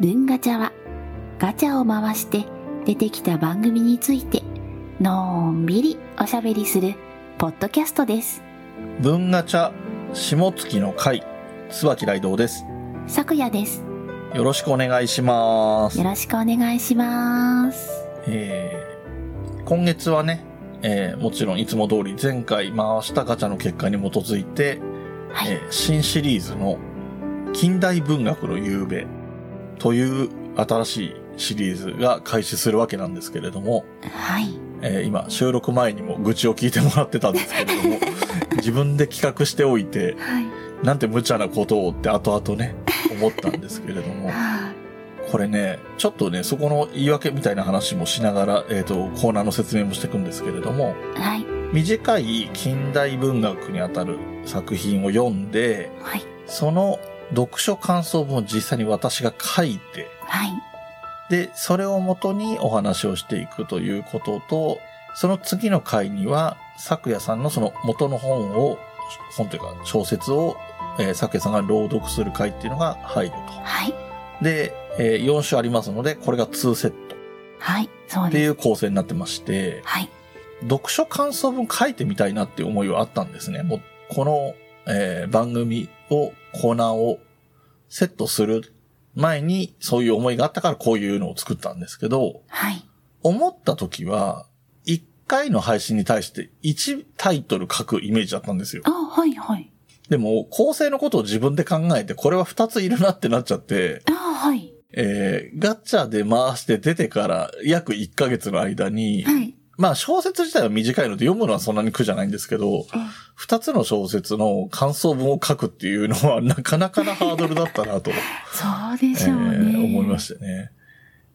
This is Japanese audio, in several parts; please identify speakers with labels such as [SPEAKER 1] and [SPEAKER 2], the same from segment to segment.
[SPEAKER 1] チャはガチャを回して出てきた番組についてのんびりおしゃべりするポッドキャストです。
[SPEAKER 2] 文ガチャ下月の会椿雷道です
[SPEAKER 1] 昨夜です。
[SPEAKER 2] よろしくお願いします
[SPEAKER 1] よ、ろしくお願いします。
[SPEAKER 2] えー今月はね、えーもちろんいつも通り前回回したガチャの結果に基づいて、
[SPEAKER 1] はい。
[SPEAKER 2] えー新シリーズの近代文学の夕べという新しいシリーズが開始するわけなんですけれども、
[SPEAKER 1] はい。
[SPEAKER 2] えー今収録前にも愚痴を聞いてもらってたんですけれ ども自分で企画しておいて
[SPEAKER 1] はい。
[SPEAKER 2] なんて無茶なことをって後々ね、思ったんですけれども、
[SPEAKER 1] は
[SPEAKER 2] これね、ちょっとね、そこの言い訳みたいな話もしながら、えっ、と、コーナーの説明もしていくんですけれども、
[SPEAKER 1] い。はい。
[SPEAKER 2] 短い近代文学にあたる作品を読んで、
[SPEAKER 1] はい。
[SPEAKER 2] その読書感想文を実際に私が書いて、
[SPEAKER 1] はい。
[SPEAKER 2] で、それをもとにお話をしていくということと、その次の回には、昨夜さんのその元の本を、本というか小説を、えー昨夜さんが朗読する回っていうのが入ると。
[SPEAKER 1] はい。
[SPEAKER 2] で、え4種ありますので、これが2セット
[SPEAKER 1] はい。そう
[SPEAKER 2] って
[SPEAKER 1] で
[SPEAKER 2] い
[SPEAKER 1] す。
[SPEAKER 2] う構成になってまして、
[SPEAKER 1] はい。
[SPEAKER 2] 読書感想文書いてみたいなっていう思いはあったんですね。もう、この、えー番組を、コーナーをセットする前に、そういう思いがあったからこういうのを作ったんですけど、
[SPEAKER 1] はい。
[SPEAKER 2] 思った時は、1回の配信に対して1タイトル書くイメージだったんですよ
[SPEAKER 1] あ、。はい、はい。
[SPEAKER 2] でも、構成のことを自分で考えて、これは2ついるなってなっちゃって、
[SPEAKER 1] あ、はい。
[SPEAKER 2] えーガチャで回して出てから約1ヶ月の間に、
[SPEAKER 1] はい。
[SPEAKER 2] まあ小説自体は短いので読むのはそんなに苦じゃないんですけど、
[SPEAKER 1] え
[SPEAKER 2] 2つの小説の感想文を書くっていうのはなかなかなハードルだったなと、
[SPEAKER 1] そうで
[SPEAKER 2] え
[SPEAKER 1] しょうね。
[SPEAKER 2] ー思いましてね。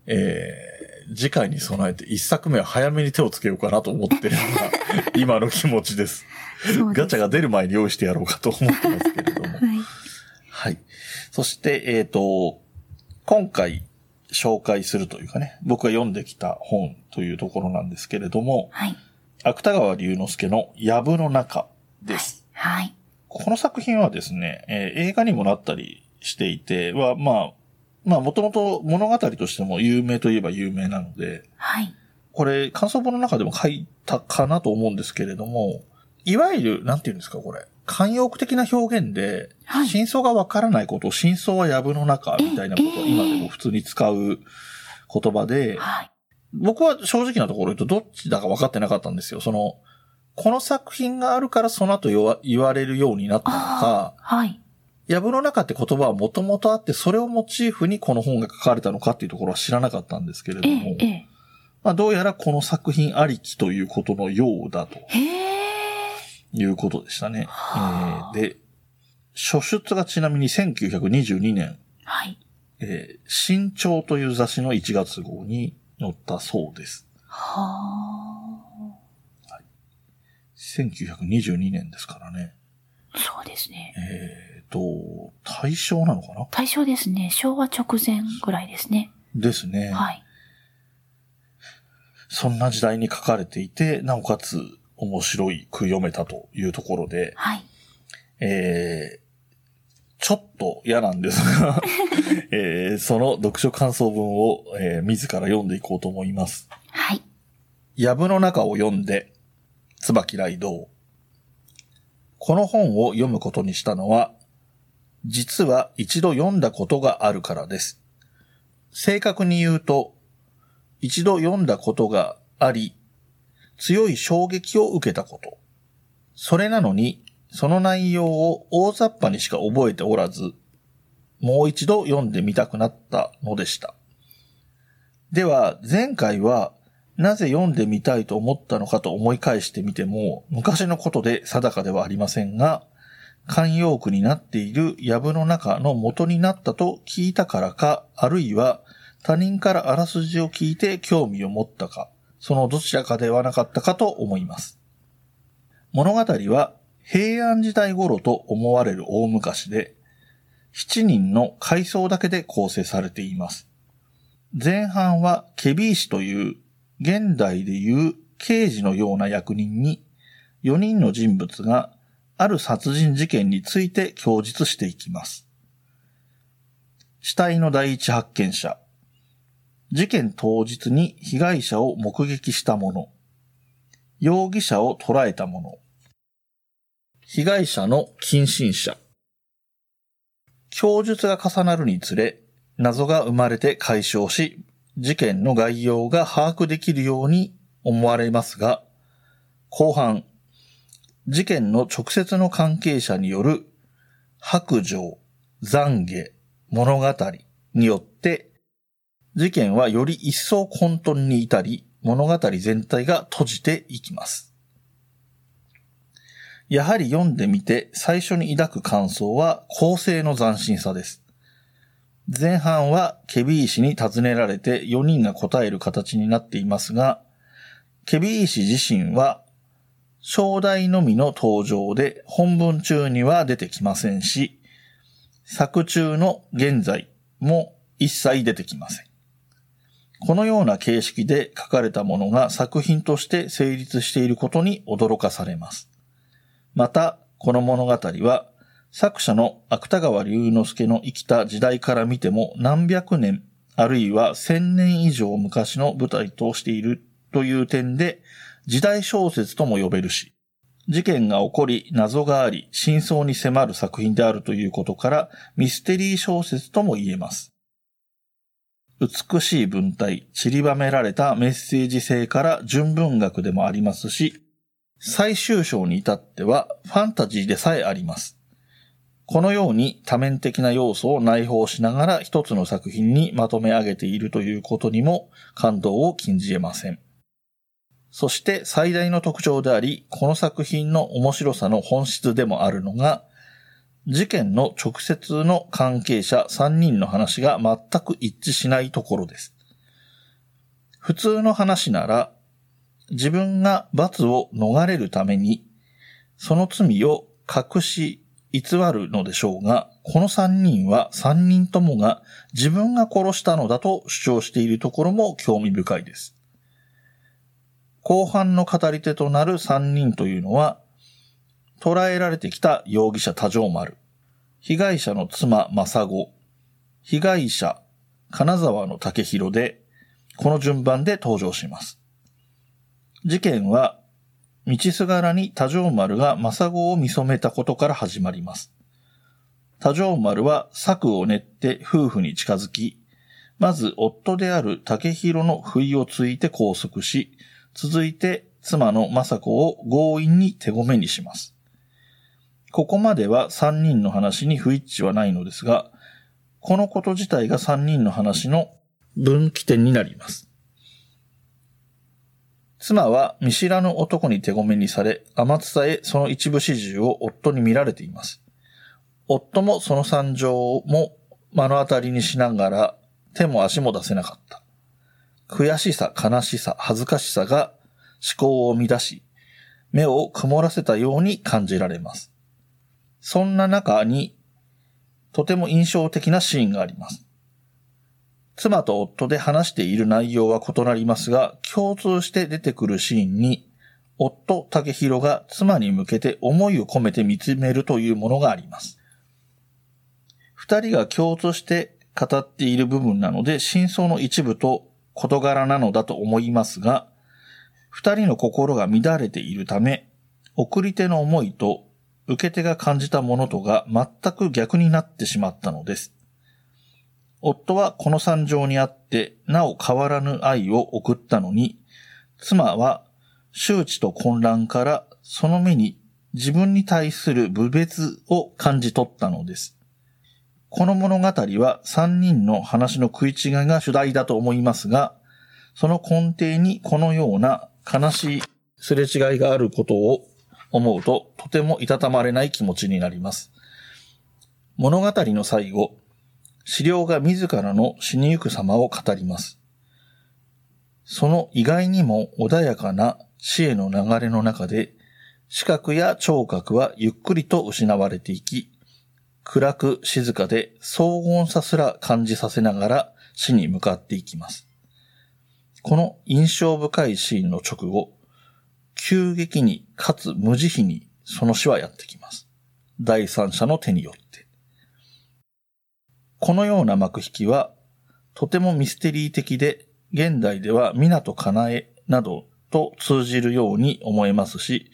[SPEAKER 2] えー次回に備えて1作目は早めに手をつけようかなと思ってるのが 今の気持ちです。
[SPEAKER 1] そうです
[SPEAKER 2] ガチャが出る前に用意してやろうかと思ってますけれども。
[SPEAKER 1] はい。
[SPEAKER 2] はい。そして、えっ、と、今回紹介するというかね、僕が読んできた本というところなんですけれども、
[SPEAKER 1] はい。
[SPEAKER 2] 芥川龍之介の藪の中です。
[SPEAKER 1] はい。
[SPEAKER 2] この作品はですね、えー映画にもなったりしていて、は、まあ、まあ、もともと物語としても有名といえば有名なので、
[SPEAKER 1] はい。
[SPEAKER 2] これ、感想本の中でも書いたかなと思うんですけれども、いわゆる、なんて言うんですか、これ。慣用句的な表現で、
[SPEAKER 1] はい
[SPEAKER 2] 真相がわからないことを真相は藪の中みたいなことを
[SPEAKER 1] ええ
[SPEAKER 2] 今でも普通に使う言葉で、
[SPEAKER 1] はい。
[SPEAKER 2] 僕は正直なところ言うとどっちだか分かってなかったんですよ。その、この作品があるからその後言わ言われるようになったのか、
[SPEAKER 1] はい。
[SPEAKER 2] 藪の中って言葉はもともとあって、それをモチーフにこの本が書かれたのかっていうところは知らなかったんですけれど
[SPEAKER 1] え
[SPEAKER 2] も
[SPEAKER 1] え、、え
[SPEAKER 2] まあどうやらこの作品ありきということのようだと
[SPEAKER 1] え。へえ。
[SPEAKER 2] いうことでしたね。
[SPEAKER 1] はあ
[SPEAKER 2] えーで、初出がちなみに1922年、
[SPEAKER 1] はい。
[SPEAKER 2] えー新潮という雑誌の1月号に載ったそうです。
[SPEAKER 1] はあ。
[SPEAKER 2] 1922年ですからね。
[SPEAKER 1] そうですね。
[SPEAKER 2] えーと、大正なのかな
[SPEAKER 1] 対象ですね。昭和直前ぐらいですね。
[SPEAKER 2] ですね。
[SPEAKER 1] はい。
[SPEAKER 2] そんな時代に書かれていて、なおかつ面白い句読めたというところで、
[SPEAKER 1] はい。
[SPEAKER 2] えー、ちょっと嫌なんですが、えーその読書感想文を、えー自ら読んでいこうと思います。
[SPEAKER 1] はい。
[SPEAKER 2] 藪の中を読んで、椿雷道。この本を読むことにしたのは、実は一度読んだことがあるからです。正確に言うと、一度読んだことがあり、強い衝撃を受けたこと。それなのに、その内容を大雑把にしか覚えておらず、もう一度読んでみたくなったのでした。では、前回は、なぜ読んでみたいと思ったのかと思い返してみても、昔のことで定かではありませんが、慣用句になっている藪の中の元になったと聞いたからか、あるいは他人からあらすじを聞いて興味を持ったか、そのどちらかではなかったかと思います。物語は平安時代頃と思われる大昔で、7人の階層だけで構成されています。前半はケビー氏という現代でいう刑事のような役人に4人の人物がある殺人事件について供述していきます。死体の第一発見者、事件当日に被害者を目撃した者、容疑者を捉えた者、被害者の近親者。供述が重なるにつれ、謎が生まれて解消し、事件の概要が把握できるように思われますが、後半、事件の直接の関係者による白状、懺悔、物語によって、事件はより一層混沌に至り、物語全体が閉じていきます。やはり読んでみて最初に抱く感想は構成の斬新さです。前半はケビー氏に尋ねられて4人が答える形になっていますが、ケビー氏自身は章題のみの登場で本文中には出てきませんし、作中の現在も一切出てきません。このような形式で書かれたものが作品として成立していることに驚かされます。また、この物語は作者の芥川龍之介の生きた時代から見ても何百年、あるいは千年以上昔の舞台としているという点で、時代小説とも呼べるし、事件が起こり、謎があり、真相に迫る作品であるということから、ミステリー小説とも言えます。美しい文体、散りばめられたメッセージ性から純文学でもありますし、最終章に至ってはファンタジーでさえあります。このように多面的な要素を内包しながら一つの作品にまとめ上げているということにも感動を禁じ得ません。そして最大の特徴であり、この作品の面白さの本質でもあるのが、事件の直接の関係者3人の話が全く一致しないところです。普通の話なら、自分が罰を逃れるために、その罪を隠し、偽るのでしょうが、この3人は3人ともが自分が殺したのだと主張しているところも興味深いです。後半の語り手となる3人というのは、捕らえられてきた容疑者多条丸、被害者の妻正子、被害者金沢の竹広で、この順番で登場します。事件は、道すがらに多条丸が正子を見初めたことから始まります。多条丸は策を練って夫婦に近づき、まず夫である竹広の不意をついて拘束し、続いて妻の雅子を強引に手ごめにします。ここまでは3人の話に不一致はないのですが、このこと自体が3人の話の分岐点になります。妻は見知らぬ男に手ごめにされ、天伝えその一部始終を夫に見られています。夫もその惨状も目の当たりにしながら手も足も出せなかった。悔しさ、悲しさ、恥ずかしさが思考を乱し、目を曇らせたように感じられます。そんな中に、とても印象的なシーンがあります。妻と夫で話している内容は異なりますが、共通して出てくるシーンに、夫、竹広が妻に向けて思いを込めて見つめるというものがあります。二人が共通して語っている部分なので、真相の一部と事柄なのだと思いますが、二人の心が乱れているため、送り手の思いと受け手が感じたものとが全く逆になってしまったのです。夫はこの惨状にあって、なお変わらぬ愛を送ったのに、妻は周知と混乱からその目に自分に対する無別を感じ取ったのです。この物語は三人の話の食い違いが主題だと思いますが、その根底にこのような悲しいすれ違いがあることを思うととてもいたたまれない気持ちになります。物語の最後、資料が自らの死にゆく様を語ります。その意外にも穏やかな死への流れの中で、視覚や聴覚はゆっくりと失われていき、暗く静かで荘厳さすら感じさせながら死に向かっていきます。この印象深いシーンの直後、急激にかつ無慈悲にその死はやってきます。第三者の手によって。このような幕引きはとてもミステリー的で、現代では港かなえなどと通じるように思えますし、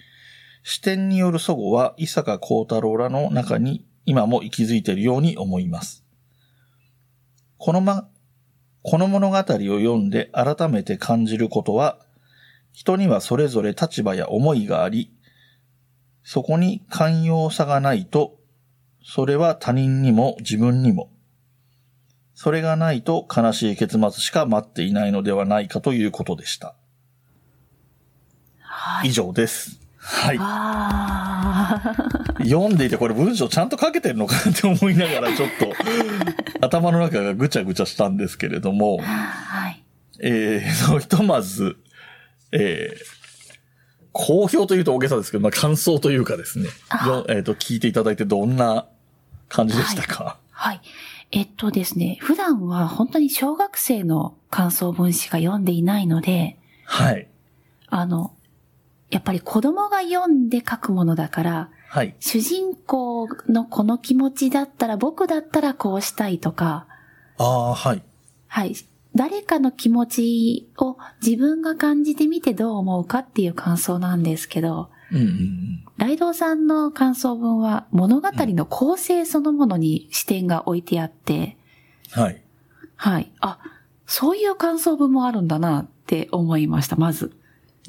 [SPEAKER 2] 視点による祖語は伊坂幸太郎らの中に今も息づいているように思います。このま、この物語を読んで改めて感じることは、人にはそれぞれ立場や思いがあり、そこに寛容さがないと、それは他人にも自分にも、それがないと悲しい結末しか待っていないのではないかということでした。
[SPEAKER 1] は
[SPEAKER 2] 以
[SPEAKER 1] い。
[SPEAKER 2] 上です。はい。
[SPEAKER 1] あー
[SPEAKER 2] 読んでいてこれ文章ちゃんと書けてるのかなって思いな がらちょっと頭の中がぐちゃぐちゃしたんですけれども、
[SPEAKER 1] はい。
[SPEAKER 2] えー、とひとまず、えー、好評というと大げさですけど、まあ、感想というかですね、よえー、と聞いていただいてどんな感じでしたか、
[SPEAKER 1] はい。えっとですね、普段は本当に小学生の感想文しか読んでいないので、
[SPEAKER 2] はい、はい。
[SPEAKER 1] あの、やっぱり子供が読んで書くものだから、主人公のこの気持ちだったら、僕だったらこうしたいとか、
[SPEAKER 2] ああ、はい。
[SPEAKER 1] はい。誰かの気持ちを自分が感じてみてどう思うかっていう感想なんですけど、
[SPEAKER 2] うんうんうん。
[SPEAKER 1] ライドウさんの感想文は物語の構成そのものに視点が置いてあって、
[SPEAKER 2] はい。
[SPEAKER 1] はい。あ、そういう感想文もあるんだなって思いました、まず。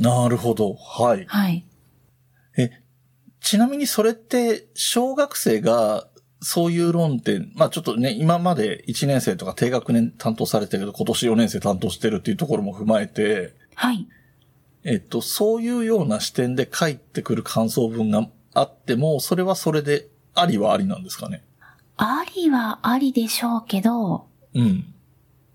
[SPEAKER 2] なるほど。はい。
[SPEAKER 1] はい。
[SPEAKER 2] え、ちなみにそれって、小学生が、そういう論点、まあちょっとね、今まで1年生とか低学年担当されてるけど、今年4年生担当してるっていうところも踏まえて、
[SPEAKER 1] はい。
[SPEAKER 2] えっと、そういうような視点で書いてくる感想文があっても、それはそれで、ありはありなんですかね。
[SPEAKER 1] ありはありでしょうけど、
[SPEAKER 2] うん。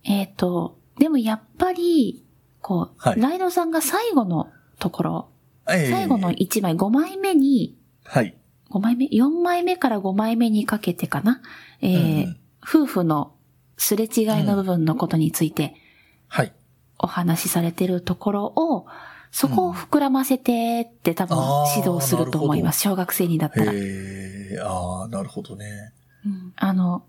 [SPEAKER 1] えっ、と、でもやっぱり、こう、
[SPEAKER 2] はい
[SPEAKER 1] ライドウさんが最後のところ、
[SPEAKER 2] ええ
[SPEAKER 1] 最後の1枚、5枚目に、
[SPEAKER 2] はい。
[SPEAKER 1] 5枚目 ?4 枚目から5枚目にかけてかなえー
[SPEAKER 2] うん
[SPEAKER 1] 夫婦のすれ違いの部分のことについて
[SPEAKER 2] はい。
[SPEAKER 1] お話しされてるところを、そこを膨らませてって多分
[SPEAKER 2] あー
[SPEAKER 1] 指導すると思います。小学生にだったら。
[SPEAKER 2] へえ、ああ、なるほどね。
[SPEAKER 1] うんあの、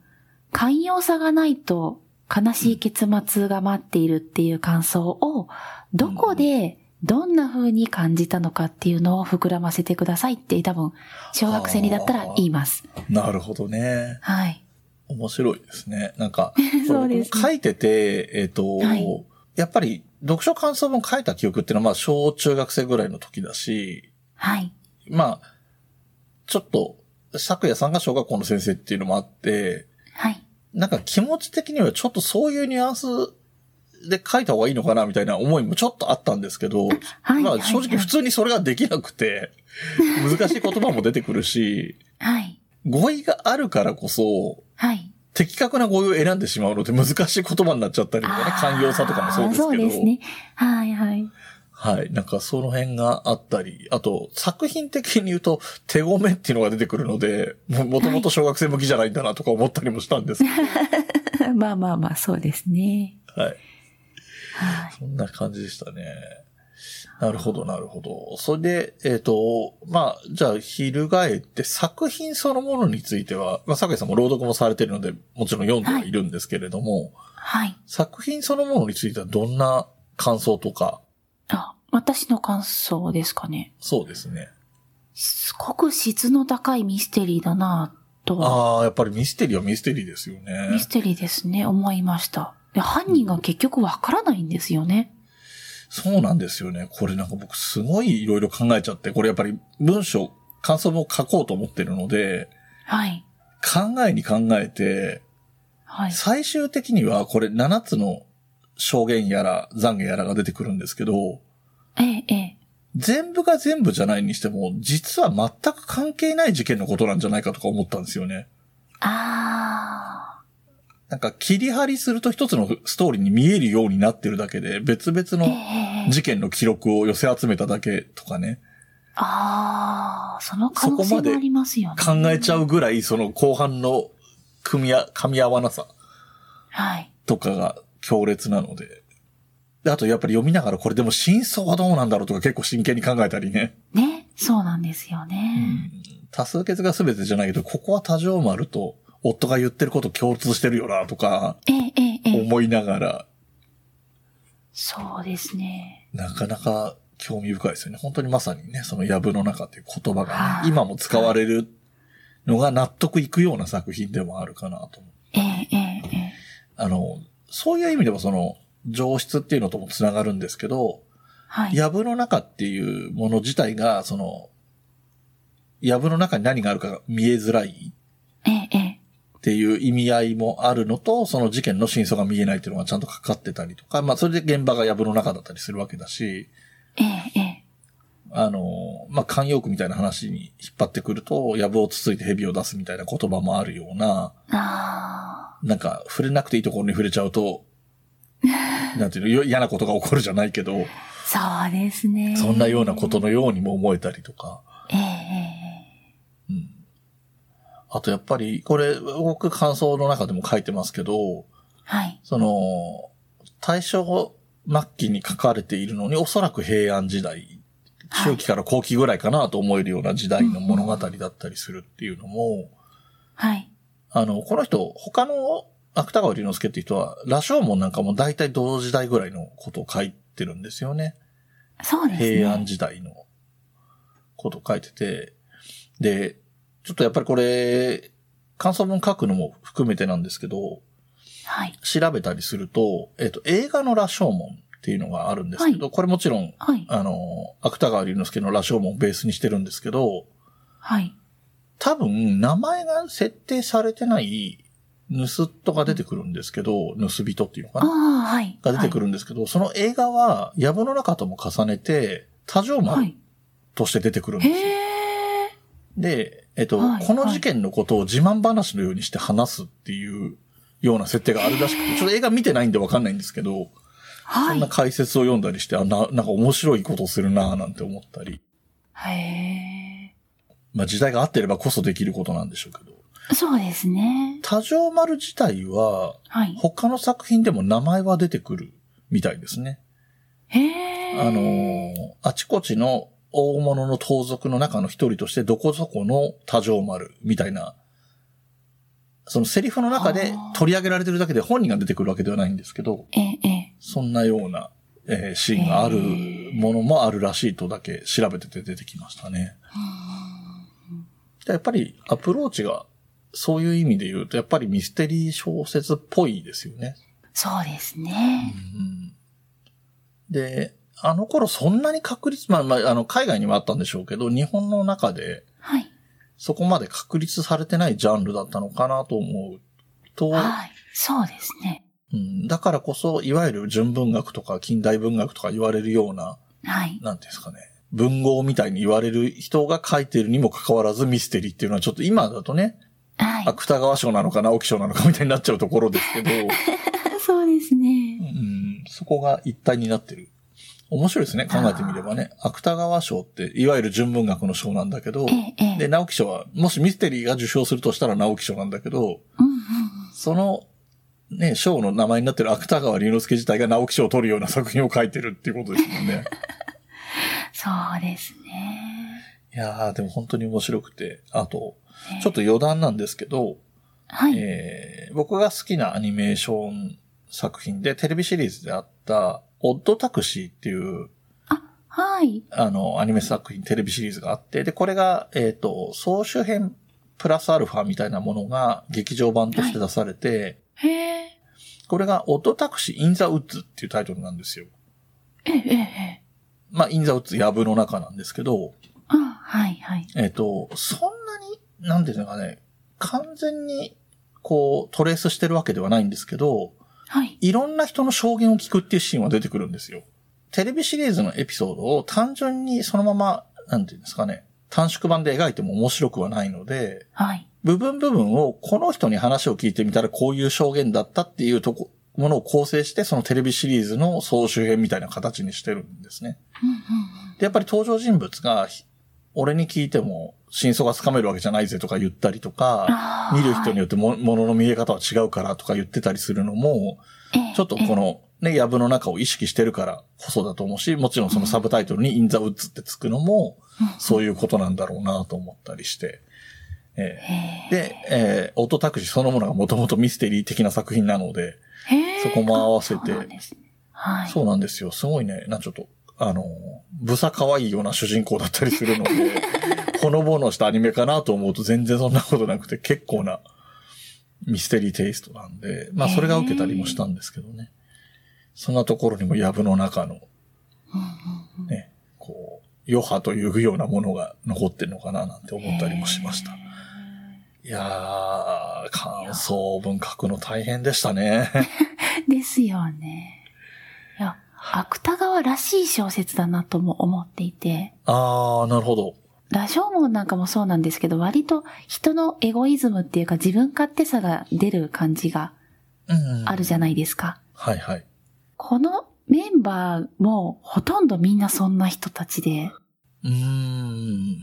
[SPEAKER 1] 寛容さがないと悲しい結末が待っているっていう感想を、どこでどんな風に感じたのかっていうのを膨らませてくださいって多分、小学生にだったら言います。
[SPEAKER 2] なるほどね。
[SPEAKER 1] はい。
[SPEAKER 2] 面白いですね。なん か、
[SPEAKER 1] そうですね
[SPEAKER 2] これ僕書いてて、えっ、と、
[SPEAKER 1] はい
[SPEAKER 2] やっぱり読書感想文書いた記憶っていうのは、まあ、小中学生ぐらいの時だし、
[SPEAKER 1] はい。
[SPEAKER 2] まあ、ちょっと、昨夜さんが小学校の先生っていうのもあって、
[SPEAKER 1] はい。
[SPEAKER 2] なんか気持ち的にはちょっとそういうニュアンスで書いた方がいいのかなみたいな思いもちょっとあったんですけど、
[SPEAKER 1] はい。
[SPEAKER 2] ま
[SPEAKER 1] は
[SPEAKER 2] あ
[SPEAKER 1] い
[SPEAKER 2] 正直普。通にそれができなくて、難しい言葉も出てくるし、
[SPEAKER 1] はい。
[SPEAKER 2] 語彙があるからこそ、
[SPEAKER 1] はい。
[SPEAKER 2] 的確な語彙を選んでしまうので難しい言葉になっちゃったりとかね、
[SPEAKER 1] あー
[SPEAKER 2] 寛容さとかもそうですけど。
[SPEAKER 1] そうですね。はいはい。
[SPEAKER 2] はい。なんかその辺があったり、あと作品的に言うと手ごめっていうのが出てくるので、ももともと小学生向きじゃないんだなとか思ったりもしたんですけ
[SPEAKER 1] まあまあまあ、そうですね。
[SPEAKER 2] ど、 はい。
[SPEAKER 1] はい。
[SPEAKER 2] そんな感じでしたね。なるほど、なるほど。それで、えっ、と、まあ、じゃあ、翻って作品そのものについては、まあ、酒井さんも朗読もされてるので、もちろん読んではいるんですけれども、
[SPEAKER 1] はい。
[SPEAKER 2] 作品そのものについてはどんな感想とか、
[SPEAKER 1] あ、私の感想ですかね。
[SPEAKER 2] そうですね。
[SPEAKER 1] すごく質の高いミステリーだなとは、
[SPEAKER 2] ああ、やっぱりミステリーはミステリーですよ
[SPEAKER 1] ミ
[SPEAKER 2] ね
[SPEAKER 1] ス。テリーですね、思いました。で、犯人が結局わからないんですよね。
[SPEAKER 2] そうなんですよね。これなんか僕すごいいろいろ考えちゃって、これやっぱり文章、感想も書こうと思ってるので、
[SPEAKER 1] はい。
[SPEAKER 2] 考えに考えて、
[SPEAKER 1] はい。
[SPEAKER 2] 最終的には、これ7つの証言やら、懺悔やらが出てくるんですけど、
[SPEAKER 1] ええ、ええ。
[SPEAKER 2] 全部が全部じゃないにしても、実は全く関係ない事件のことなんじゃないかとか思ったんですよね。
[SPEAKER 1] あ
[SPEAKER 2] なんか切り張りすると一つのストーリーに見えるようになってるだけで、別々
[SPEAKER 1] ー。ええ、
[SPEAKER 2] の
[SPEAKER 1] ええ。
[SPEAKER 2] 事件の記録を寄せ集めただけとかね、
[SPEAKER 1] ああ、その可能
[SPEAKER 2] そこ
[SPEAKER 1] 性
[SPEAKER 2] まで
[SPEAKER 1] もありますよね。
[SPEAKER 2] 考えちゃうぐらいその後半の組みあ、噛み合わなさ
[SPEAKER 1] はい。
[SPEAKER 2] とかが強烈なので。であとやっぱり読みながらこれでも真相はどうなんだろうとか結構真剣に考えたりね。
[SPEAKER 1] ね、そうなんですよね。
[SPEAKER 2] 多数決が全てじゃないけど、ここは多条丸と夫が言ってること共通してるよな、とか、
[SPEAKER 1] ええ、ええ、ええ。
[SPEAKER 2] 思いながら、
[SPEAKER 1] そうですね。
[SPEAKER 2] なかなか興味深いですよね。本当にまさにね、その藪の中っていう言葉が
[SPEAKER 1] は
[SPEAKER 2] ね、
[SPEAKER 1] い
[SPEAKER 2] 今も使われるのが納得いくような作品でもあるかなと思う。
[SPEAKER 1] ええ、ええ、ええ。
[SPEAKER 2] あの、そういう意味ではその、上質っていうのともつながるんですけど、
[SPEAKER 1] はい。
[SPEAKER 2] 藪の中っていうもの自体が、その、藪の中に何があるかが見えづらい
[SPEAKER 1] ええ、ええ。
[SPEAKER 2] っていう意味合いもあるのと、その事件の真相が見えないっていうのがちゃんとかかってたりとか、まあそれで現場が藪の中だったりするわけだし、
[SPEAKER 1] ええ、ええ。
[SPEAKER 2] あの、まあ、慣用句みたいな話に引っ張ってくると、藪をつついて蛇を出すみたいな言葉もあるような、
[SPEAKER 1] あ
[SPEAKER 2] なんか、触れなくていいところに触れちゃ うと、なんていうのよ、嫌なことが起こるじゃないけど、
[SPEAKER 1] あ、そうですね。
[SPEAKER 2] そんなようなことのようにも思えたりとか、
[SPEAKER 1] ええ、え
[SPEAKER 2] うん。あとやっぱり、これ、僕感想の中でも書いてますけ
[SPEAKER 1] え。
[SPEAKER 2] ど、
[SPEAKER 1] はい。
[SPEAKER 2] その、大正末期に書かれているのに、おそらく平安時代、
[SPEAKER 1] はい
[SPEAKER 2] 中期から後期ぐらいかなと思えるような時代の物語だったりするっていうのも、
[SPEAKER 1] はい。
[SPEAKER 2] あの、この人、他の芥川龍之介っていう人は、羅生門なんかも大体同時代ぐらいのことを書いてるんですよね。
[SPEAKER 1] そうですね。
[SPEAKER 2] 平安時代のことを書いてて、で、ちょっとやっぱりこれ、感想文書くのも含めてなんですけど、
[SPEAKER 1] はい。
[SPEAKER 2] 調べたりすると、えっ、と、映画の羅生門っていうのがあるんですけど、これもちろん、
[SPEAKER 1] はい。
[SPEAKER 2] あの、芥川龍之介の羅生門をベースにしてるんですけど、
[SPEAKER 1] はい。
[SPEAKER 2] 多分、名前が設定されてない、盗人が出てくるんですけど、盗人っていうの
[SPEAKER 1] あ
[SPEAKER 2] かな
[SPEAKER 1] あ、はい。
[SPEAKER 2] が出てくるんですけど、その映画は、藪の中とも重ねて、多条
[SPEAKER 1] はい。は
[SPEAKER 2] 丸
[SPEAKER 1] い。
[SPEAKER 2] として出てくるんですよ。
[SPEAKER 1] へえ。
[SPEAKER 2] で、えっと、
[SPEAKER 1] はい
[SPEAKER 2] この事件のことを自慢話のようにして話すっていうような設定があるらしくて、ちょっと映画見てないんでわかんないんですけど、
[SPEAKER 1] は。
[SPEAKER 2] そんない解説を読んだりして、あ、な、なんか面白いことをするなぁなんて思ったり、
[SPEAKER 1] へ
[SPEAKER 2] まあ時代が合ってればこそできることなんでしょうけど、
[SPEAKER 1] え。そうですね。
[SPEAKER 2] 多条丸自体は、
[SPEAKER 1] はい。
[SPEAKER 2] 他の作品でも名前は出てくるみたいですね。
[SPEAKER 1] へえ。
[SPEAKER 2] あのーあちこちの大物の盗賊の中の一人として、どこそこの多条丸みたいな、そのセリフの中で
[SPEAKER 1] あー
[SPEAKER 2] 取り上げられてるだけで本人が出てくるわけではないんですけど、
[SPEAKER 1] ええ、ええ。
[SPEAKER 2] そんなような、えーシーンがある
[SPEAKER 1] へー
[SPEAKER 2] ものもあるらしいとだけ調べてて出てきましたね。やっぱりアプローチがそういう意味で言うと、やっぱりミステリー小説っぽいですよね。
[SPEAKER 1] そうですね。
[SPEAKER 2] うんで、あの頃そんなに確立、まあまあ、あの、海外にはあったんでしょうけど、日本の中で
[SPEAKER 1] はい。
[SPEAKER 2] そこまで確立されてないジャンルだったのかなと思うと、
[SPEAKER 1] はい。そうですね。
[SPEAKER 2] うん、だからこそ、いわゆる純文学とか近代文学とか言われるような、
[SPEAKER 1] はい。
[SPEAKER 2] なんていうんですかね、文豪みたいに言われる人が書いてるにもかかわらずミステリーっていうのはちょっと今だとね、
[SPEAKER 1] はい。
[SPEAKER 2] 芥川賞なのか直木賞なのかみたいになっちゃうところですけど、
[SPEAKER 1] そうです
[SPEAKER 2] う
[SPEAKER 1] ね。
[SPEAKER 2] ん、そこが一体になってる。面白いですね、考えてみればね。芥川賞って、いわゆる純文学の賞なんだけど
[SPEAKER 1] え、え、え
[SPEAKER 2] で、
[SPEAKER 1] え。
[SPEAKER 2] 直木賞は、もしミステリーが受賞するとしたら直木賞なんだけ
[SPEAKER 1] う
[SPEAKER 2] ど、
[SPEAKER 1] んうんうん。
[SPEAKER 2] その、ね、賞の名前になってる芥川龍之介自体が直木賞を取るような作品を書いてるっていうことですもん ね。
[SPEAKER 1] そうですね。
[SPEAKER 2] いやー、でも本当に面白くて、あと、
[SPEAKER 1] ええ
[SPEAKER 2] ちょっと余談なんですけど、
[SPEAKER 1] はい。
[SPEAKER 2] えー僕が好きなアニメーション作品で、テレビシリーズであった、オッドタクシーっていう、
[SPEAKER 1] はい。
[SPEAKER 2] あの、アニメ作品、テレビシリーズがあって、で、これが、えっ、と、総集編プラスアルファみたいなものが劇場版として出されて、
[SPEAKER 1] へえ。
[SPEAKER 2] これが、オッドタクシー・イン・ザ・ウッズっていうタイトルなんですよ。
[SPEAKER 1] ええ、ええ、ええ。
[SPEAKER 2] まあ、イン・ザ・ウッズ、ヤブの中なんですけど、
[SPEAKER 1] あ、はい、はい。
[SPEAKER 2] えっ、と、そんなに、なんていうのかね、完全に、こう、トレースしてるわけではないんですけど、
[SPEAKER 1] はい。
[SPEAKER 2] いろんな人の証言を聞くっていうシーンは出てくるんですよ。テレビシリーズのエピソードを単純にそのまま、なんていうんですかね、短縮版で描いても面白くはないので、
[SPEAKER 1] はい。
[SPEAKER 2] 部分部分をこの人に話を聞いてみたらこういう証言だったっていうとこ、ものを構成して、そのテレビシリーズの総集編みたいな形にしてるんですね。
[SPEAKER 1] うんうんうん。
[SPEAKER 2] で、やっぱり登場人物が、ひ俺に聞いても真相がつかめるわけじゃないぜとか言ったりとか、
[SPEAKER 1] ああ。
[SPEAKER 2] 見る人によってもものの見え方は違うからとか言ってたりするのも、ちょっとこ
[SPEAKER 1] の。
[SPEAKER 2] の、ね、藪の中を意識してるからこそだと思うし、もちろんそのサブタイトルにインザウッズってつくのも、
[SPEAKER 1] うん
[SPEAKER 2] そういうことなんだろうなと思ったりして、え
[SPEAKER 1] へ
[SPEAKER 2] え
[SPEAKER 1] え。
[SPEAKER 2] で、えー、オートタクシーそのものがもともとミステリー的な作品なので、
[SPEAKER 1] へえ
[SPEAKER 2] そこも合わせて
[SPEAKER 1] そうなんですねはい。
[SPEAKER 2] そうなんですよ。すごいね、なんかちょっと、あの、ブサ可愛いような主人公だったりす るので、ほのぼのしたアニメかなと思うと全然そんなことなくて結構なミステリーテイストなんで、まあそれが受けたりもしたんですけどね。そんなところにも藪の中の、
[SPEAKER 1] うんうんうん
[SPEAKER 2] ね、こう、余波というようなものが残ってるのかななんて思ったりもしました
[SPEAKER 1] へ。
[SPEAKER 2] いやー、感想文書くの大変でしたね。
[SPEAKER 1] えですよね。いや、芥川らしい小説だなとも思っていて、
[SPEAKER 2] あー、なるほど。
[SPEAKER 1] ラジオモンなんかもそうなんですけど、割と人のエゴイズムっていうか自分勝手さが出る感じが
[SPEAKER 2] うん。
[SPEAKER 1] あるじゃ
[SPEAKER 2] ない。
[SPEAKER 1] ないですか。
[SPEAKER 2] はいはい。
[SPEAKER 1] このメンバーもほとんどみんなそんな人たちで、
[SPEAKER 2] うーん。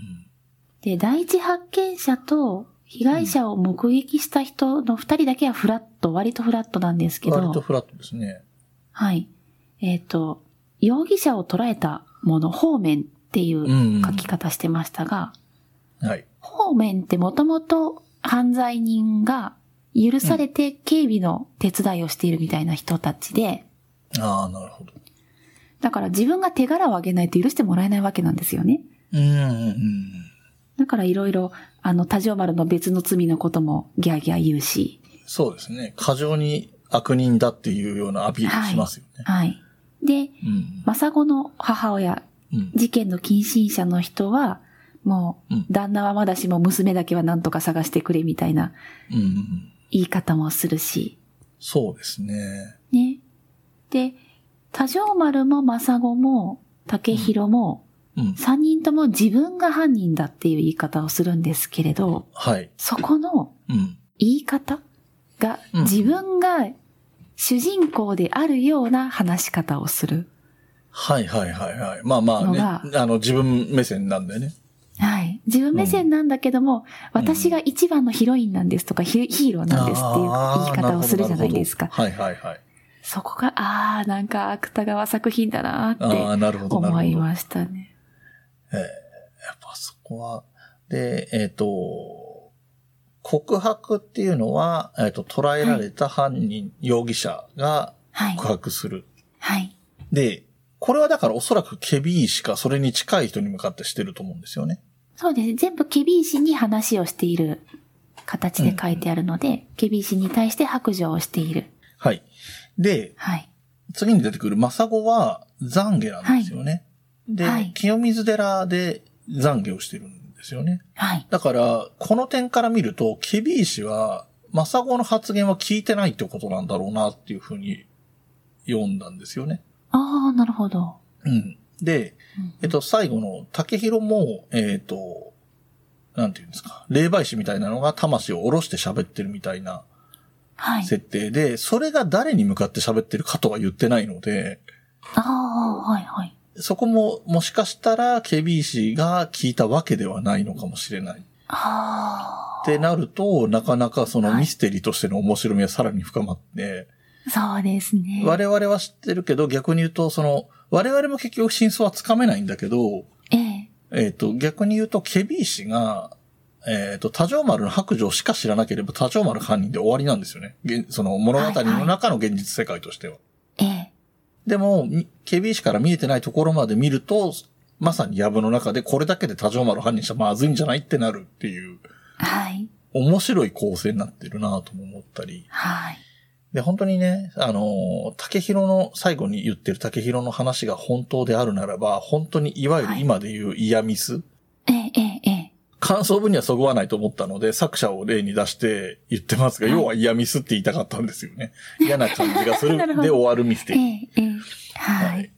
[SPEAKER 1] で、第一発見者と被害者を目撃した人の二人だけはフラット、割とフラットなんですけ
[SPEAKER 2] 割と
[SPEAKER 1] ど、
[SPEAKER 2] フラットですね。
[SPEAKER 1] はい。えっ、と、容疑者を捉えたもの、方面っていう
[SPEAKER 2] うん。
[SPEAKER 1] 書き方してましたが、
[SPEAKER 2] はい。
[SPEAKER 1] 方面ってもともと犯罪人が許されて警備の手伝いをしているみたいな人たちで、
[SPEAKER 2] ああ、なるほど。
[SPEAKER 1] だから自分が手柄をあげないと許してもらえないわけなんですよね。
[SPEAKER 2] うん、うん、うん。
[SPEAKER 1] だからいろいろ、あの、多条丸の別の罪のこともギャーギャー言うし、
[SPEAKER 2] そうですね。過剰に悪人だっていうようなアピールしますよね。
[SPEAKER 1] はい。で、
[SPEAKER 2] うん
[SPEAKER 1] 政子の母親、
[SPEAKER 2] うん。
[SPEAKER 1] 事件の近親者の人は、もう
[SPEAKER 2] うん、
[SPEAKER 1] 旦那はまだしも娘だけは何とか探してくれみたいな
[SPEAKER 2] うん、うん。
[SPEAKER 1] 言い方もするし、
[SPEAKER 2] そうですね。
[SPEAKER 1] ね。で、多条丸も政子も、竹広も、
[SPEAKER 2] うん。
[SPEAKER 1] 三人とも自分が犯人だっていう言い方をするんですけれど、
[SPEAKER 2] はい。
[SPEAKER 1] そこの
[SPEAKER 2] うん。
[SPEAKER 1] 言い方が、
[SPEAKER 2] うん
[SPEAKER 1] 自分が主人公であるような話し方をする。
[SPEAKER 2] はい、はい、はい、はい。まあま
[SPEAKER 1] の
[SPEAKER 2] あ
[SPEAKER 1] が
[SPEAKER 2] ね。あの、自分目線なんでね。
[SPEAKER 1] はい。自分目線なんだけども、私が一番のヒロインなんですとか、ヒヒーローなんですっていう
[SPEAKER 2] あ
[SPEAKER 1] 言
[SPEAKER 2] ー
[SPEAKER 1] い方をするじゃないですか。
[SPEAKER 2] なるほどはい、はい、はい。
[SPEAKER 1] そこが、あー、なんか芥川作品だな
[SPEAKER 2] あ
[SPEAKER 1] ーって
[SPEAKER 2] あ、なるほど、なるほ
[SPEAKER 1] 思
[SPEAKER 2] ど。
[SPEAKER 1] いましたね。
[SPEAKER 2] えーやっぱそこは、で、えっ、と、告白っていうのは、えっ、と、捕らえられた犯人、容疑者が
[SPEAKER 1] はい。
[SPEAKER 2] 告白する。
[SPEAKER 1] はい。
[SPEAKER 2] で、これはだからおそらくケビーしかそれに近い人に向かってしてると思うんですよね。
[SPEAKER 1] そうですね。全部ケビー氏に話をしている形で書いてあるので、ケビー氏に対して白状をしている。
[SPEAKER 2] はい。で、
[SPEAKER 1] はい。
[SPEAKER 2] 次に出てくるマサゴは懺悔なんですよね。で、
[SPEAKER 1] はい
[SPEAKER 2] 清水寺で懺悔をしてるんですよね。
[SPEAKER 1] はい。
[SPEAKER 2] だから、この点から見ると、ケビー氏は、マサゴの発言は聞いてないってことなんだろうなっていうふうに読んだんですよね。
[SPEAKER 1] あー、なるほど。
[SPEAKER 2] うん。で、
[SPEAKER 1] うん
[SPEAKER 2] えっと、最後の竹広も、えっと、なんていうんですか、霊媒師みたいなのが魂を下ろして喋ってるみたいな
[SPEAKER 1] はい。
[SPEAKER 2] 設定で、それが誰に向かって喋ってるかとは言ってないので、
[SPEAKER 1] あー、はい、はい。
[SPEAKER 2] そこももしかしたらケビー氏が聞いたわけではないのかもしれない。
[SPEAKER 1] あ
[SPEAKER 2] ってなると、なかなかその
[SPEAKER 1] はい
[SPEAKER 2] ミステリーとしての面白みはさらに深まって、
[SPEAKER 1] ー、そうですね。
[SPEAKER 2] 我々は知ってるけど、逆に言うと、その、我々も結局真相はつかめないんだけど、
[SPEAKER 1] ええ。
[SPEAKER 2] えっ、と、逆に言うと、ケビー氏が、えっ、と、多条丸の白状しか知らなければ多条丸犯人で終わりなんですよね。げその物語の中の現実世界としては。
[SPEAKER 1] ええ。
[SPEAKER 2] でも、みケビー氏から見えてないところまで見ると、まさにヤブの中でこれだけで多条丸犯人者まずいんじゃないってなるっていう、
[SPEAKER 1] はい。
[SPEAKER 2] 面白い構成になってるなぁとも思ったり。
[SPEAKER 1] はい。
[SPEAKER 2] で、本当にね、あのー、竹広の、最後に言ってる竹広の話が本当であるならば、本当にいわゆる今で言うイヤミス、
[SPEAKER 1] ええ、ええ、ええ。
[SPEAKER 2] 感想文にはそぐわないと思ったので、作者を例に出して言ってますが、
[SPEAKER 1] はい
[SPEAKER 2] 要は嫌ミスって言いたかったんですよね。嫌な感じがす る。
[SPEAKER 1] なるほど
[SPEAKER 2] で終わるミステ
[SPEAKER 1] え
[SPEAKER 2] リー。
[SPEAKER 1] え、ええ。はい。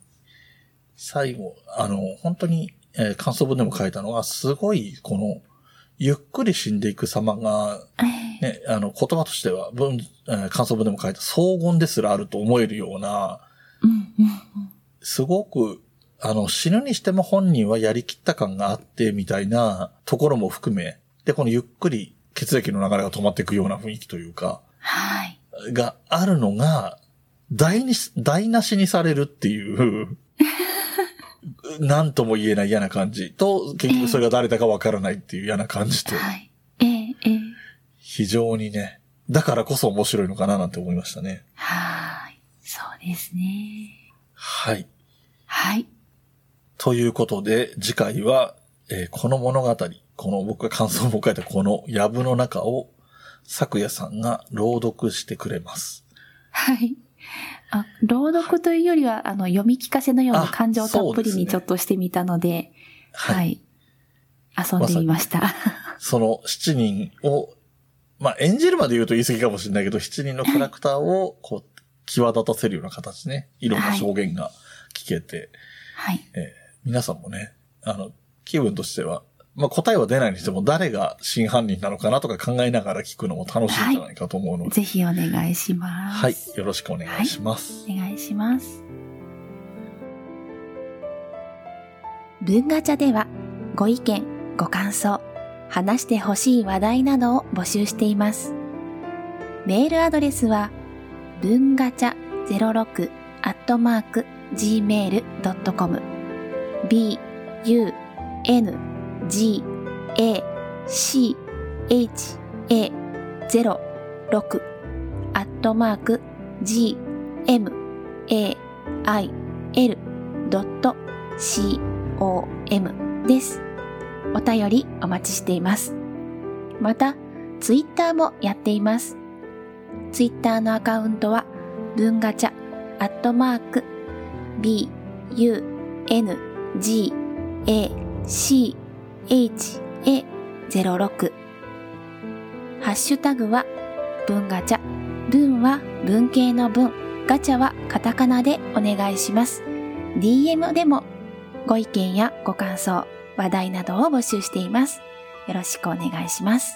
[SPEAKER 2] 最後、あの、本当に、えー感想文でも書いたのが、すごい、この、ゆっくり死んでいく様が、
[SPEAKER 1] ええ。
[SPEAKER 2] ね、あの、言葉としては、文、えー感想文でも書いた、荘厳ですらあると思えるような、
[SPEAKER 1] うん、うん。
[SPEAKER 2] すごく、あの、死ぬにしても本人はやりきった感があって、みたいなところも含め、で、このゆっくり血液の流れが止まっていくような雰囲気というか、
[SPEAKER 1] はい。
[SPEAKER 2] があるのが、台にし、台無しにされるっていう、なんとも言えない嫌な感じと、結局それが誰だかわからないっていう嫌な感じと、
[SPEAKER 1] はい。ええ、え
[SPEAKER 2] 非常にね、だからこそ面白いのかななんて思いましたね。
[SPEAKER 1] はーい。そうですね。
[SPEAKER 2] はい。
[SPEAKER 1] はい。
[SPEAKER 2] ということで、次回は、えーこの物語、この僕が感想を書いたこの藪の中を、昨夜さんが朗読してくれます。
[SPEAKER 1] はい。あ、朗読というよりは、あの、読み聞かせのような
[SPEAKER 2] あ
[SPEAKER 1] 感情をたっぷり
[SPEAKER 2] そうですね
[SPEAKER 1] にちょっとしてみたので、
[SPEAKER 2] はい。
[SPEAKER 1] はい。遊んでみました。
[SPEAKER 2] その7人を、まあ、演じるまで言うと言い過ぎかもしれないけど、7人のキャラクターを、こう、際立たせるような形ね。いろんな証言が聞けて、
[SPEAKER 1] はい。
[SPEAKER 2] 皆さんもね、あの、気分としては、まあ、答えは出ないにしても、誰が真犯人なのかなとか考えながら聞くのも楽しいんじゃないかと思うので、
[SPEAKER 1] ぜひお願いします。
[SPEAKER 2] はい、よろしくお願いします。
[SPEAKER 1] お願いします。文ガチャではご意見、ご感想、話してほしい話題などを募集しています。メールアドレスは文ガチャ06アットマーク gmail.com b u n g a c h a 06アットマーク g mail.com です。お便りお待ちしています。また、ツイッターもやっています。ツイッターのアカウントは、文ガチャ、アットマーク、b, u, n, g, a, c, h, a, 06。ハッシュタグは、文ガチャ、文は文系の文、ガチャはカタカナでお願いします。DM でもご意見やご感想、話題などを募集しています。よろしくお願いします。